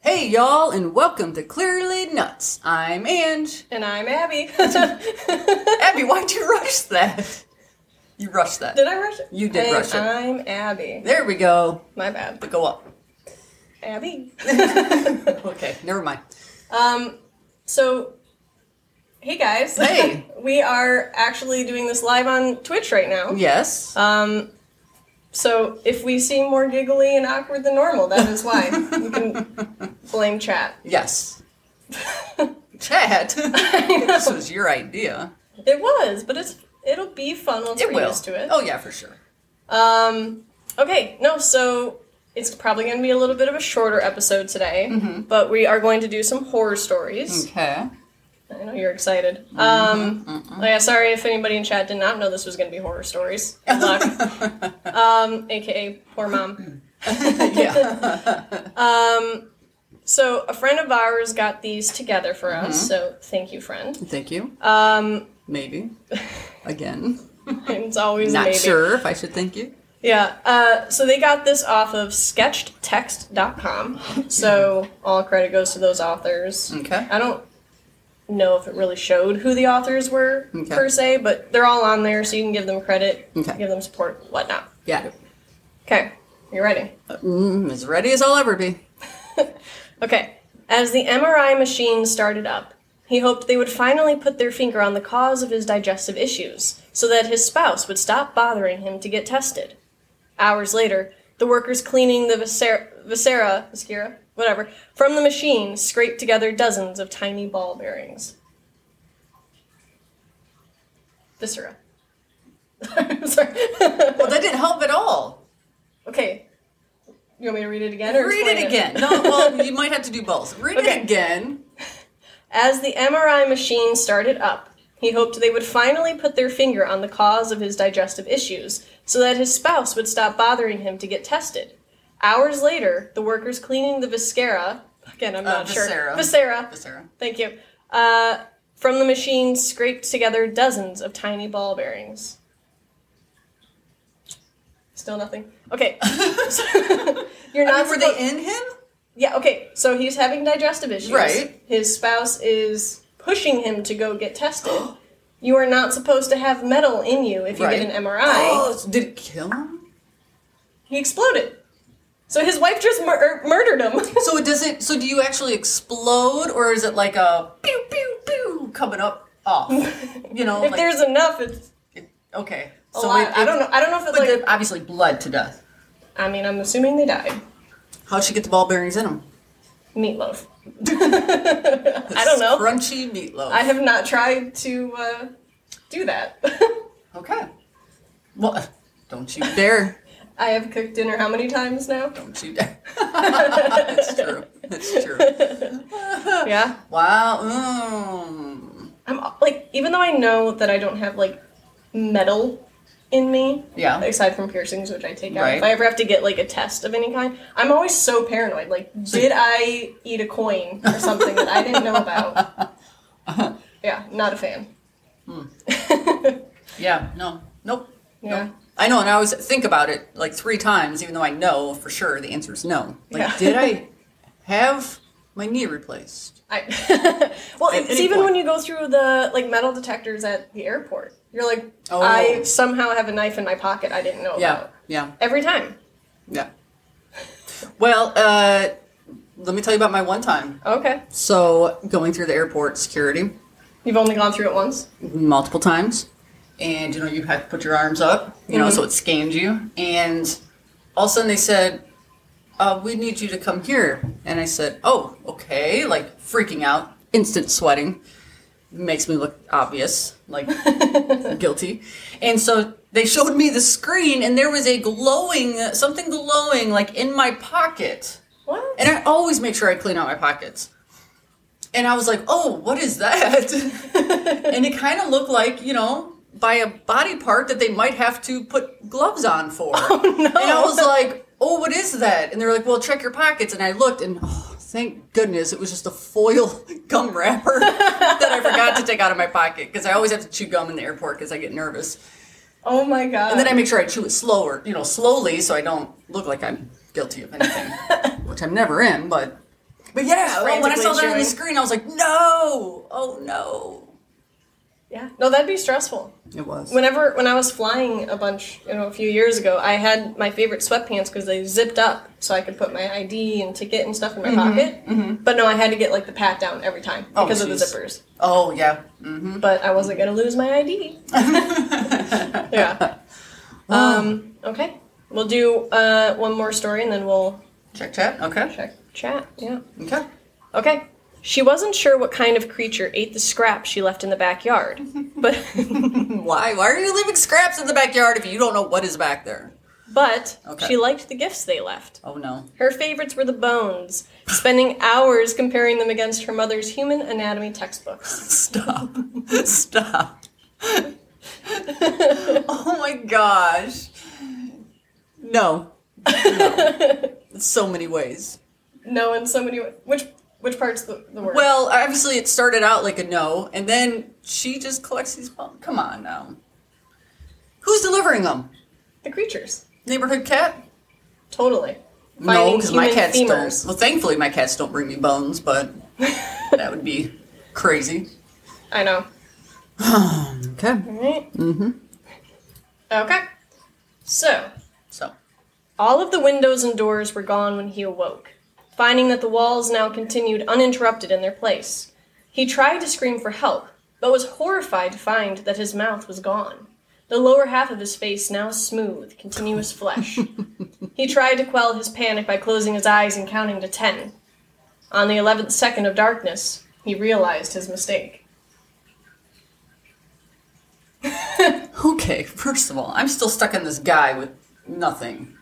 Hey, y'all, and welcome to Clearly Nuts. I'm Ange. And I'm Abby. Abby, why'd you rush that? You rushed that. Did I rush it? You did And rush it. I'm Abby. There we go. My bad. But go up. Abby. Okay, never mind. um, so, hey guys. Hey. we are actually doing this live on Twitch right now. Yes. Um, so if we seem more giggly and awkward than normal, that is why. you can blame chat. yes. Chat. this was your idea. It was, but it's it'll be fun once It we're will. used to it. Oh, yeah, for sure. Um, okay, no, so it's probably going to be a little bit of a shorter episode today, Mm-hmm. but we are going to do some horror stories. Okay. I know you're excited. Mm-hmm, Um, oh yeah, sorry if anybody in chat did not know this was going to be horror stories. Good luck. um, AKA poor mom. yeah. So a friend of ours got these together for Mm-hmm. us, so thank you, friend. Thank you. Um, Maybe. Again. it's always Not maybe. sure if I should thank you. Yeah, uh, so they got this off of sketchedtext.com. So all credit goes to those authors. Okay. I don't know if it really showed who the authors were Okay. per se, but they're all on there, so you can give them credit, Okay. give them support, whatnot. Yeah. Okay, you ready? Mm, as ready as I'll ever be. Okay. As the MRI machine started up, he hoped they would finally put their finger on the cause of his digestive issues so that his spouse would stop bothering him to get tested. Hours later, the workers cleaning the viscera, viscera, viscera whatever, from the machine scraped together dozens of tiny ball bearings. Viscera. Sorry. Well, that didn't help at all. okay. You want me to read it again? Or Read explain it again. No, well, you might have to do both. Read Okay. it again. As the MRI machine started up, he hoped they would finally put their finger on the cause of his digestive issues so that his spouse would stop bothering him to get tested. Hours later, the workers cleaning the viscera, again, I'm not Uh, viscera. sure. Viscera. Sarah. Thank you. Uh, from the machine scraped together dozens of tiny ball bearings. Still nothing. Okay. You're not I mean, were supposed- they in him? yeah, okay. So he's having digestive issues. Right. His spouse is pushing him to go get tested. you are not supposed to have metal in you if you Right. get an MRI. Oh, so did it kill him? He exploded. So his wife just mur- er, murdered him. So it doesn't. So do you actually explode, or is it like a pew pew pew coming up off? You know, if like, there's enough, it's okay. a lot. I don't know. I don't know if it's But like. they obviously bled to death. I mean, I'm assuming they died. How'd she get the ball bearings in him? Meatloaf. I don't know. Crunchy meatloaf. I have not tried to uh, do that. okay. Well, don't you dare! I have cooked dinner how many times now? Don't you dare! That's true. That's true. Yeah. Wow. Mm. I'm like, even though I know that I don't have like metal in me, Yeah. aside from piercings, which I take out. Right. If I ever have to get like a test of any kind, I'm always so paranoid. Like, did I eat a coin or something that I didn't know about? yeah, not a fan. Hmm. Yeah, no, nope. Yeah. nope. I know, and I always think about it like three times, even though I know for sure the answer is no. Like, Yeah. did I have my knee replaced? I, well, At it's any even point. when you go through the like metal detectors at the airport. You're like, Oh. I somehow have a knife in my pocket I didn't know Yeah, about. yeah, Every time. yeah. Well, uh, let me tell you about my one time. Okay. So, going through the airport security You've only gone through it once. multiple times, and you know, you had to put your arms up, you know, so it scanned you. And all of a sudden, they said, uh, We need you to come here. And I said, Oh, okay, like freaking out, instant sweating. makes me look obvious, like guilty. And so they showed me the screen, and there was a glowing, something glowing, like in my pocket. What? And I always make sure I clean out my pockets. And I was like, oh, what is that? and it kind of looked like, you know, by a body part that they might have to put gloves on for. And I was like, oh, what is that? And they were like, well, check your pockets. And I looked and, oh, thank goodness, it was just a foil gum wrapper that I forgot to take out of my pocket because I always have to chew gum in the airport because I get nervous. Oh my god. And then I make sure I chew it slower, you know, slowly, so I don't look like I'm guilty of anything, which I'm never in. But But yeah, well, when I frantically saw that on chewing. the screen, I was like, no, oh no. Yeah. No, that'd be stressful. It was. Whenever when I was flying a bunch, you know, a few years ago, I had my favorite sweatpants because they zipped up, so I could put my ID and ticket and stuff in my pocket. But no, I had to get like the pat down every time Mm-hmm. Oh, because of the jeez. zippers. oh yeah. Mm-hmm. But I wasn't gonna lose my ID. yeah. Oh. Um, okay. We'll do uh, one more story and then we'll Check chat. Okay. check chat. Yeah. Okay. Okay. She wasn't sure what kind of creature ate the scrap she left in the backyard, but Why? Why are you leaving scraps in the backyard if you don't know what is back there? but Okay. she liked the gifts they left. Oh no. Her favorites were the bones, spending hours comparing them against her mother's human anatomy textbooks. Stop. Stop. oh my gosh. No. no. so many ways. No, in so many which which part's the, the word? Well, obviously it started out like a no, and then she just collects these. bum- Come on now. Who's delivering them? the creatures. Neighborhood cat? Totally. No, because my cats femurs. don't. Well, thankfully my cats don't bring me bones, but that would be crazy. I know. Okay. Right? Mm-hmm. Okay. So, So. All of the windows and doors were gone when he awoke, finding that the walls now continued uninterrupted in their place. He tried to scream for help, but was horrified to find that his mouth was gone. The lower half of his face now smooth, continuous flesh. he tried to quell his panic by closing his eyes and counting to ten. On the eleventh second of darkness, he realized his mistake. Okay, first of all, I'm still stuck in this guy with nothing.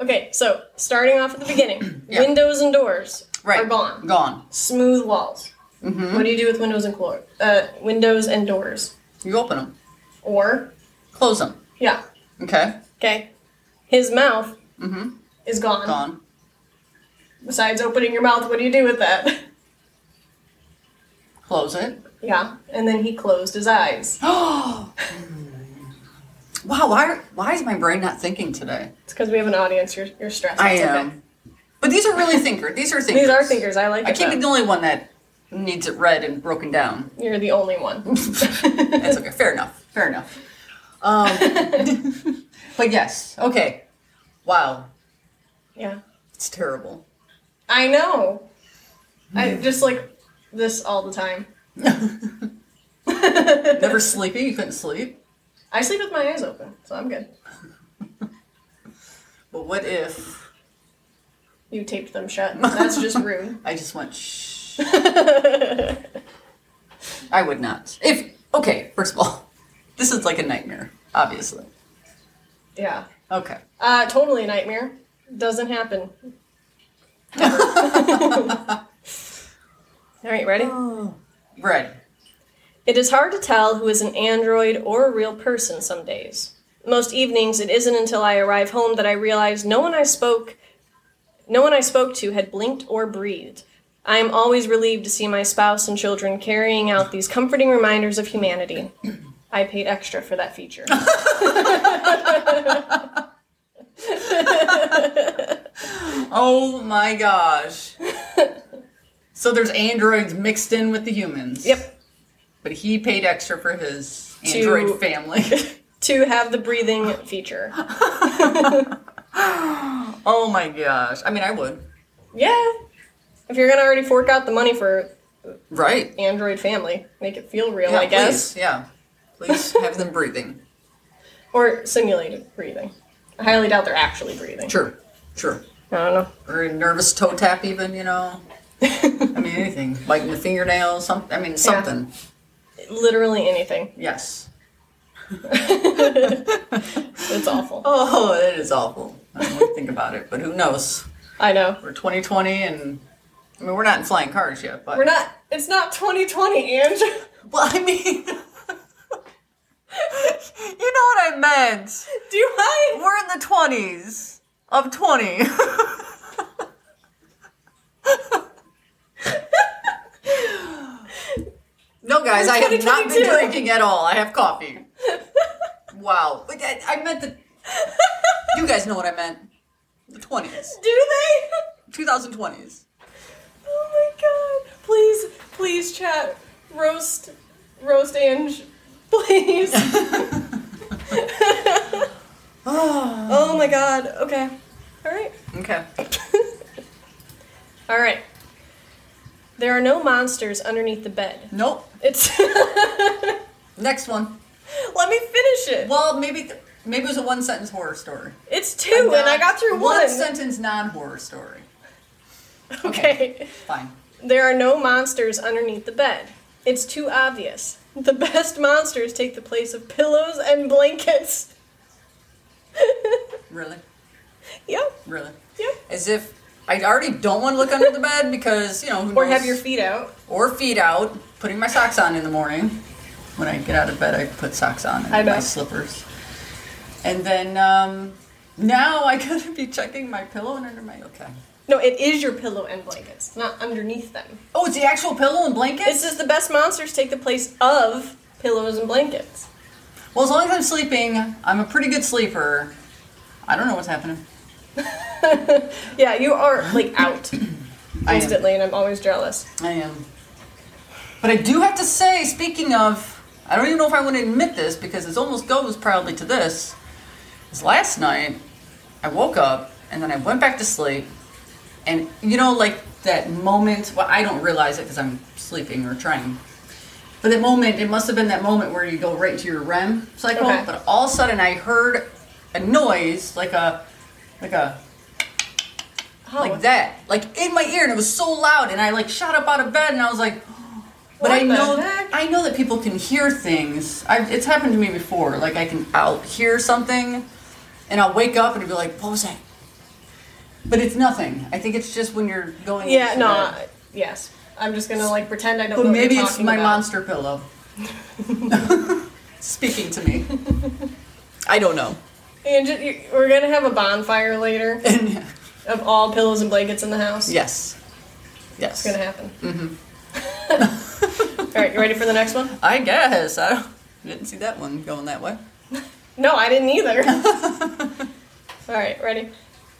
Okay, so starting off at the beginning, Yeah. windows and doors Right. are gone. Gone. smooth walls. Mm-hmm. What do you do with windows and floor, uh, windows and doors? You open them, Or close them. yeah, Okay, okay. His mouth is gone. Mm-hmm. gone. Besides opening your mouth, what do you do with that? Close it. yeah, and then he closed his eyes. wow, why why is my brain not thinking today? It's because we have an audience. You're, you're stressed. I It's okay. am. But these are really thinker. These are thinkers. These are thinkers. I like. I it, can't be though. the only one that needs it read and broken down. You're the only one. That's okay. Fair enough. Fair enough. Um, but yes. Okay. Wow. yeah, It's terrible. I know. I just like this all the time. Never sleepy. You couldn't sleep. I sleep with my eyes open, so I'm good. But what if You taped them shut. That's just rude. I just went shh? I would not. If okay, first of all, this is like a nightmare, obviously. Yeah. Okay. Uh, totally a nightmare. Doesn't happen. All right, ready? Ready. It is hard to tell who is an android or a real person some days. Most evenings, it isn't until I arrive home that I realize no one I spoke, no one I spoke to had blinked or breathed. I am always relieved to see my spouse and children carrying out these comforting reminders of humanity. I paid extra for that feature. Oh my gosh. so there's androids mixed in with the humans. yep. But he paid extra for his To- android family. To have the breathing feature. oh my gosh. I mean, I would. Yeah. If you're gonna already fork out the money for Right. Android family, make it feel real, Yeah, I guess. Please. Yeah. Please have them breathing. Or simulated breathing. I highly doubt they're actually breathing. Sure. Sure. I don't know. Or a nervous toe tap, even, you know? I mean, anything. Biting the fingernail, something. I mean, something. Literally anything. Yes. It's awful. Oh, that is awful. I don't want to think about it, but who knows? I know. We're 2020 and I mean, we're not in flying cars yet, but We're not it's not 2020, Ange. Well, I mean, you know what I meant. Do I? We're in the 20s of 20. no, guys, I have not been 2022. drinking at all. I have coffee. Wow. But I, I meant the. You guys know what I meant. The 20s. Do they? 2020s. Please, chat, roast, roast Ange, please. okay. oh my god. Okay. All right. All right. There are no monsters underneath the bed. Nope. It's. Let Next one. me finish it. Well, maybe th- maybe it was a one sentence horror story. It's two, and I got through one. One sentence non horror story. Okay. Fine. There are no monsters underneath the bed. It's too obvious. The best monsters take the place of pillows and blankets. Really, yep, really. yep. As if I already don't want to look under the bed because you know. Who Or knows? have your feet out. or feet out, putting my socks on in the morning. When I get out of bed, I put socks on and I my bet. slippers. And then um, now I gotta be checking my pillow and under my okay. No, it is your pillow and blankets, not underneath them. Oh, it's the actual pillow and blankets. It says the best monsters take the place of pillows and blankets. well, as long as I'm sleeping, I'm a pretty good sleeper. I don't know what's happening. yeah, you are like out I am. instantly, and I'm always jealous. I am. But I do have to say, speaking of, I don't even know if I want to admit this because this almost goes probably to this. Is last night I woke up and then I went back to sleep, and you know, like that moment. Well, I don't realize it because I'm sleeping or trying. But that moment, it must have been that moment where you go right into your REM cycle. Okay. But all of a sudden, I heard a noise like a, like a Oh, like that, like in my ear, and it was so loud, and I like shot up out of bed, and I was like, but What I the know heck? I know that people can hear things. I've, it's happened to me before. Like I can, I'll hear something, and I'll wake up and be like, what was that? But it's nothing. I think it's just when you're going. Oh, Yeah, into no, bed. I- yes. I'm just gonna like pretend I don't. But know maybe what you're it's talking my about. monster pillow speaking to me. I don't know. And ju- you- we're gonna have a bonfire later And of all pillows and blankets in the house. yes, yes. It's gonna happen. Mm-hmm. all right, you ready for the next one? I guess I don't, didn't see that one going that way. No, I didn't either. all right, ready?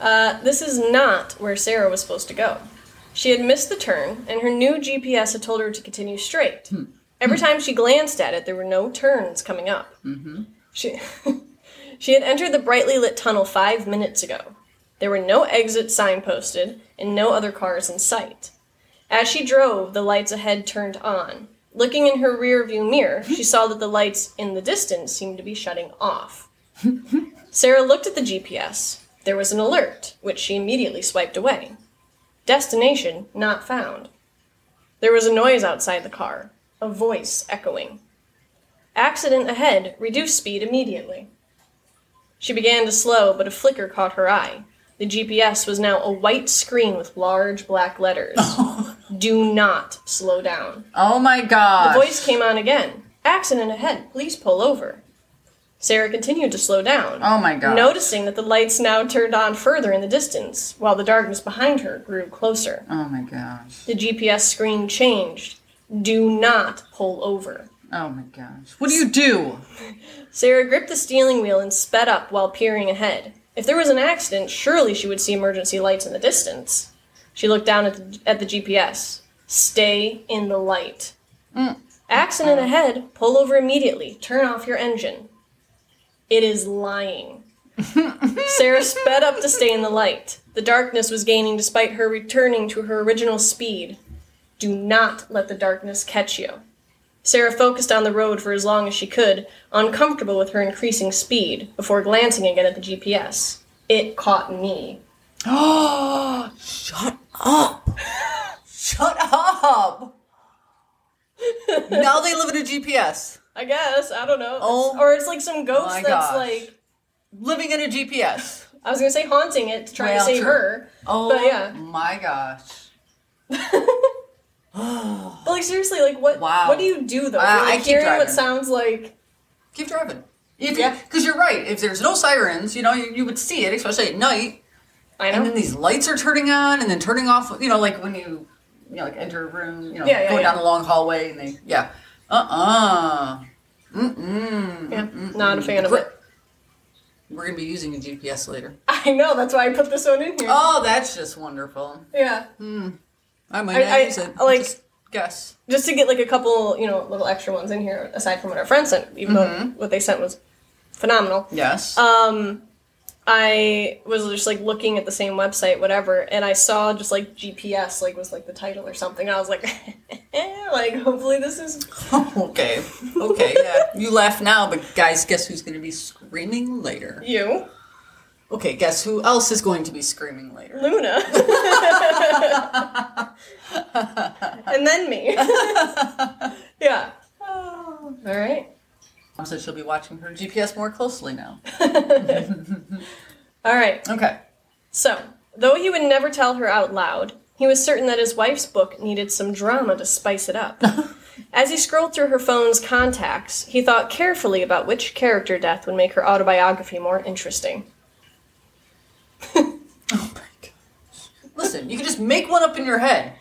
Uh, this is not where Sarah was supposed to go. She had missed the turn, and her new GPS had told her to continue straight. Every time she glanced at it, there were no turns coming up. Mm-hmm. She, she had entered the brightly lit tunnel five minutes ago. There were no exits signposted, and no other cars in sight. As she drove, the lights ahead turned on. Looking in her rearview mirror, she saw that the lights in the distance seemed to be shutting off. Sarah looked at the GPS. There was an alert, which she immediately swiped away. Destination not found. There was a noise outside the car, a voice echoing. Accident ahead, reduce speed immediately. She began to slow, but a flicker caught her eye. The GPS was now a white screen with large black letters. Do not slow down. Oh my god. The voice came on again. Accident ahead. Please pull over. Sarah continued to slow down. Oh my God. Noticing that the lights now turned on further in the distance, while the darkness behind her grew closer. Oh my gosh. The GPS screen changed. Do not pull over. Oh my gosh. What do you do? Sarah gripped the steering wheel and sped up while peering ahead. If there was an accident, surely she would see emergency lights in the distance. She looked down at the, at the GPS. Stay in the light. Accident ahead, pull over immediately, turn off your engine. It is lying. Sarah sped up to stay in the light. The darkness was gaining despite her returning to her original speed. Do not let the darkness catch you. Sarah focused on the road for as long as she could, uncomfortable with her increasing speed, before glancing again at the GPS. It caught me. Oh, shut up. Shut up. now they live in a GPS. I guess, I don't know. Oh It's- or it's like some ghost my that's gosh. like Living in a GPS. I was gonna say haunting it to try Well, to save true. her. Oh But yeah. my gosh. But like seriously, like what Wow. what do you do though? Uh, You're, I like, keep hearing what driving. sounds like Keep driving. If Yeah. Because you're right. If there's no sirens, you know, you, you would see it, especially at night. I And know. then these lights are turning on and then turning off, you know, like when you, you know, like enter a room, you know, Yeah, yeah, going yeah. down a long hallway and they, yeah. Uh-uh. Mm-mm. yeah, not a fan of Great. it. We're gonna be using a GPS later. I know, that's why I put this one in here. Oh, that's just wonderful. Yeah. I might not I, I use it. like Just- guess. just to get like a couple, you know, little extra ones in here aside from what our friends sent, even though Mm-hmm. what they sent was phenomenal. Yes. Um, I was just like looking at the same website, whatever, and I saw just like GPS, like was like the title or something. I was like, like hopefully this is okay. Okay. Yeah. You laugh now, but guys, guess who's going to be screaming later? you, Okay. Guess who else is going to be screaming later? Luna, and then me. yeah. All right. Mom said she'll be watching her GPS more closely now. All right. Okay. So, though he would never tell her out loud, he was certain that his wife's book needed some drama to spice it up. As he scrolled through her phone's contacts, he thought carefully about which character death would make her autobiography more interesting. Oh my god. Listen, you can just make one up in your head.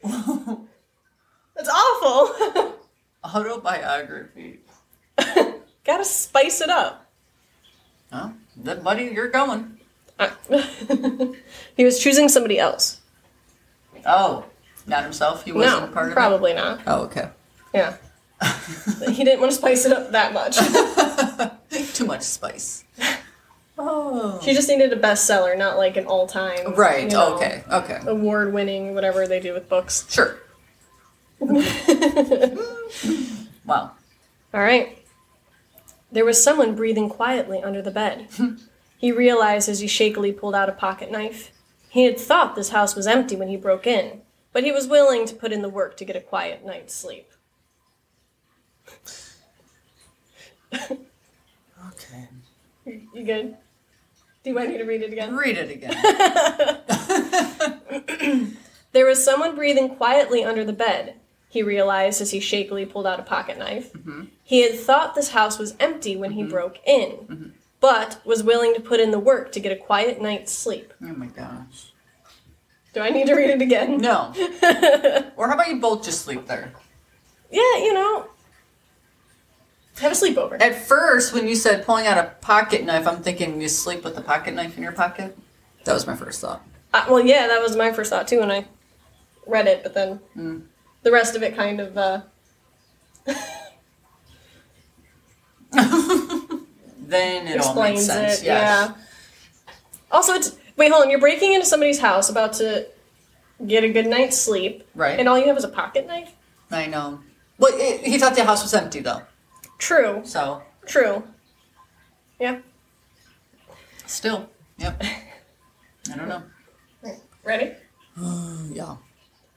That's awful! Autobiography. Gotta spice it up. Huh? Then, buddy, you're going. Uh, he was choosing somebody else. Oh, not himself. He wasn't No, a part of it. probably not. Oh, okay. Yeah. he didn't want to spice it up that much. Too much spice. Oh. she just needed a bestseller, not like an all time. Right. Okay. Okay. award winning, whatever they do with books. Sure. Wow. All right. There was someone breathing quietly under the bed. he realized as he shakily pulled out a pocket knife. He had thought this house was empty when he broke in, but he was willing to put in the work to get a quiet night's sleep. Okay. You good? Do you want me to read it again? Read it again. There was someone breathing quietly under the bed, he realized as he shakily pulled out a pocket knife. He had thought this house was empty when he broke in, but was willing to put in the work to get a quiet night's sleep. Oh my gosh. Do I need to read it again? No. or how about you both just sleep there? Yeah, you know. Have a sleepover. At first, when you said pulling out a pocket knife, I'm thinking you sleep with a pocket knife in your pocket. That was my first thought. Uh, well, yeah, that was my first thought too when I read it, but then the rest of it kind of. Uh, Then it all makes explains sense. it. yes. Yeah. Also, it's wait, hold on. You're breaking into somebody's house, about to get a good night's sleep, Right. And all you have is a pocket knife. I know. But it, he thought the house was empty though, True. so True. Yeah. still, yep. I don't know. Ready? Mm, Yeah.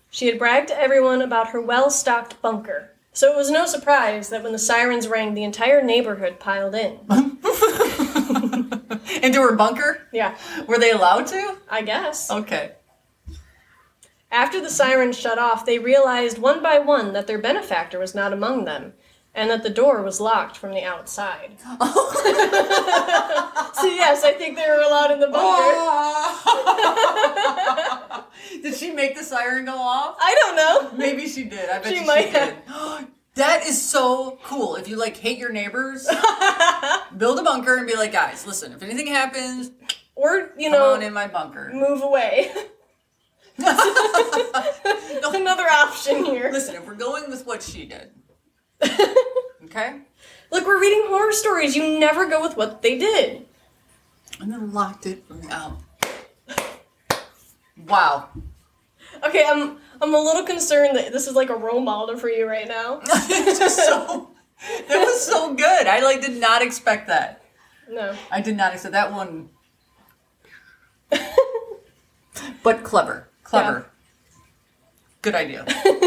She had bragged to everyone about her well-stocked bunker, so it was no surprise that when the sirens rang, the entire neighborhood piled in. Into her bunker? yeah, Were they allowed to? I guess. Okay. After the sirens shut off, they realized one by one that their benefactor was not among them, and that the door was locked from the outside. Oh. so yes, I think they were allowed in the Oh. bunker. did she make the siren go off? I don't know. Maybe she did. I bet She you might she did. That is so cool. If you like hate your neighbors, build a bunker and be like, guys, listen, if anything happens, come Or you on know, in my bunker. move away. Another option here. Listen, if we're going with what she did, okay? Look, we're reading horror stories. You never go with what they did. And then locked it from the out. Um, Wow. Okay, I'm I'm a little concerned that this is like a role model for you right now. It's just so that was so good. I like did not expect that. No. I did not expect that one. but clever. Clever. Good idea.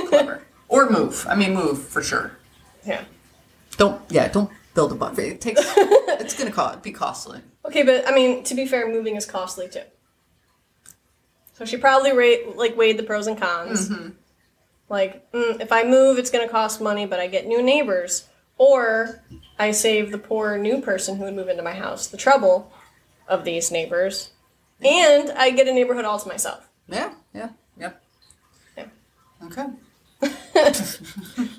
clever. Or move. I mean move for sure. Yeah. Don't yeah, don't build a bunker. It takes it's gonna cost be costly. Okay, but I mean, to be fair, moving is costly too. So she probably ra- like weighed the pros and cons. Like, mm, if I move, it's going to cost money, but I get new neighbors, or I save the poor new person who would move into my house the trouble of these neighbors, and I get a neighborhood all to myself. Yeah, yeah, yep. Yeah. Okay.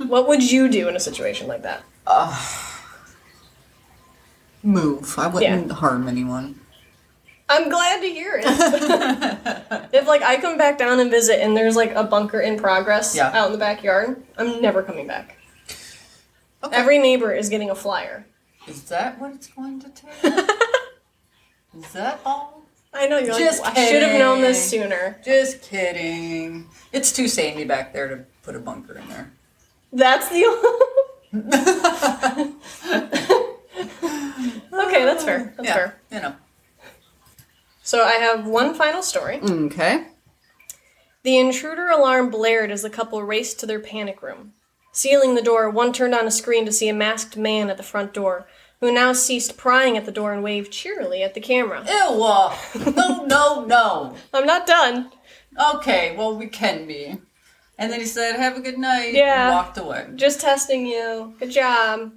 What would you do in a situation like that? Move. I wouldn't harm anyone. I'm glad to hear it. if like I come back down and visit and there's like a bunker in progress Yeah. out in the backyard, I'm never coming back. Okay. Every neighbor is getting a flyer. Is that what it's going to take? Is that all? I know you're like, Just I should have known this kidding. sooner. Just kidding. It's too sandy back there to put a bunker in there. That's the Okay, that's fair. That's yeah, fair. you know. So I have one final story. Okay. The intruder alarm blared as the couple raced to their panic room. Sealing the door, one turned on a screen to see a masked man at the front door, who now ceased prying at the door and waved cheerily at the camera. Ew. uh, No, no, no. I'm not done. Okay, well, we can be. And then he said, have a good night. and Yeah. walked away. Just testing you. Good job.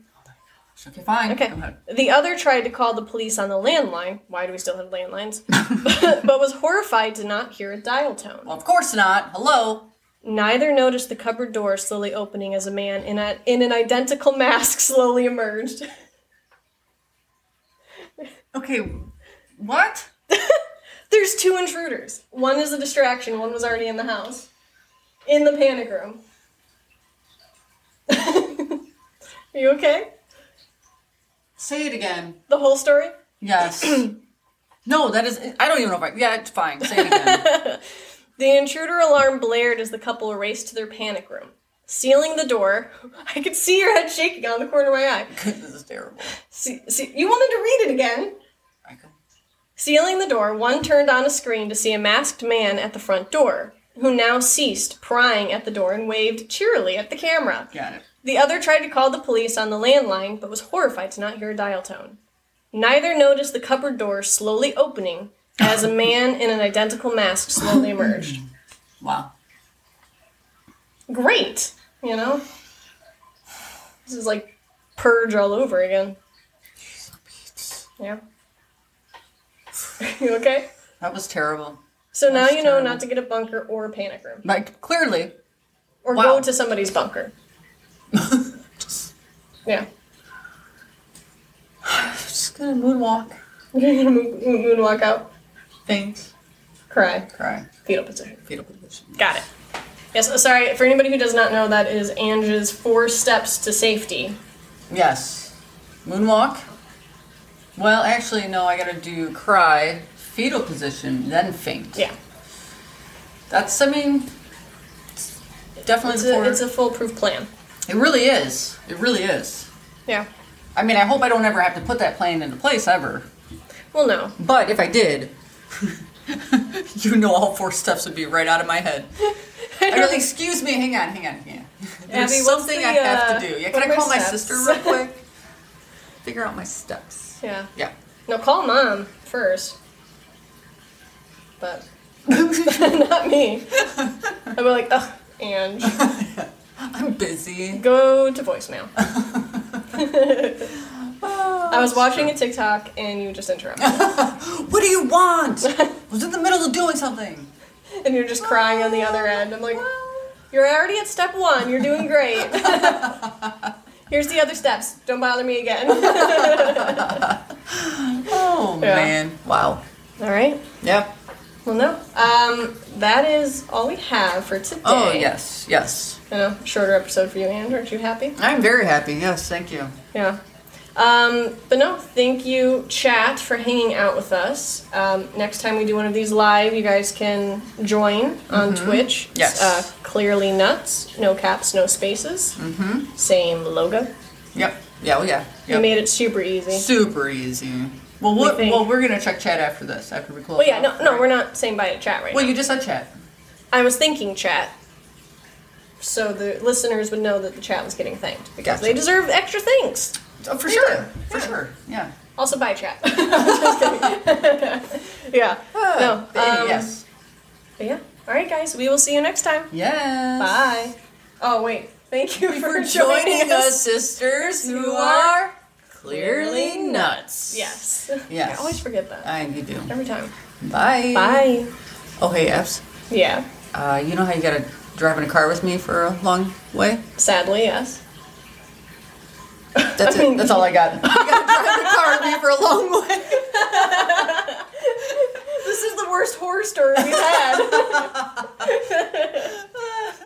Okay, fine. Okay. Go ahead. The other tried to call the police on the landline. Why do we still have landlines? but was horrified to not hear a dial tone. Well, of course not. Hello. Neither noticed the cupboard door slowly opening as a man in, a, in an identical mask slowly emerged. Okay, what? There's two intruders. One is a distraction, one was already in the house. In the panic room. Are you okay? Say it again. The whole story? Yes. no, that is. I don't even know if I. Yeah, it's fine. Say it again. The intruder alarm blared as the couple raced to their panic room. Sealing the door, I could see your head shaking on the corner of my eye. this is terrible. See, see, you wanted to read it again. I go, Sealing the door, one turned on a screen to see a masked man at the front door, who now ceased prying at the door and waved cheerily at the camera. Got it. The other tried to call the police on the landline, but was horrified to not hear a dial tone. Neither noticed the cupboard door slowly opening as a man in an identical mask slowly emerged. Wow. Great, you know? This is like purge all over again. Yeah. you okay? That was terrible. So now That's you know terrible. not to get a bunker or a panic room. Like, clearly. Or Wow. go to somebody's bunker. Just, Yeah. just gonna moonwalk. You're gonna moon- moonwalk out, Thanks. cry, Cry. fetal position. Fetal position. Got it. Yes, uh, sorry, for anybody who does not know, that is Ange's four steps to safety. Yes. Moonwalk. Well, actually, no, I gotta do cry, fetal position, then faint. Yeah. That's, I mean, it's definitely It's for, a, it's a foolproof plan. It really is. It really is. Yeah. I mean, I hope I don't ever have to put that plan into place ever. Well, no. But if I did, you know all four steps would be right out of my head. I don't- excuse me, hang on, hang on, hang on. There's Abby, what's something the, I have uh, to do. Yeah, what can are I call my my steps? sister real quick? Figure out my steps. Yeah. Yeah. No, call mom first. But not me. I'd be like, ugh, Ange. I'm busy. Go to voicemail. I I was watching a TikTok and you just interrupted. What do you want? I was in the middle of doing something. and you're just crying on the other end. I'm like, you're already at step one. You're doing great. Here's the other steps. Don't bother me again. Oh Yeah. man. Wow. all right. Yep. Well, no. Um, that is all we have for today. Oh yes, yes. I know, shorter episode for you, Andrew. Aren't you happy? I'm very happy. Yes, thank you. Yeah. Um, but no, thank you, chat, for hanging out with us. Um, next time we do one of these live, you guys can join on Twitch. It's, Mm-hmm. Yes. Uh, clearly nuts, no caps, no spaces. Mm-hmm. Same logo. Yep. Yeah. Oh yeah. We Yep. made it super easy. Super easy. Well, what, think. well, we're gonna check chat after this, after we close. Well, yeah, no, out, no, right? we're not saying bye to chat right Well, now. you just said chat. I was thinking chat, so the listeners would know that the chat was getting thanked because Gotcha. they deserve extra thanks. Oh, for sure. For Yeah. sure. Yeah. Also, bye chat. Just kidding. yeah. No. But anyway, Ah, um, yes. But yeah. All right, guys. We will see you next time. Yes. Bye. Oh wait. Thank you For joining us, sisters who who are are clearly nuts. Yes. Yes. I always forget that. I you do. Every time. Bye. Bye. Oh, hey, Fs. Yeah. Uh, you know how you gotta drive in a car with me for a long way? Sadly, yes. That's it. That's all I got. You gotta drive in a car with me for a long way. worst horror story we've had.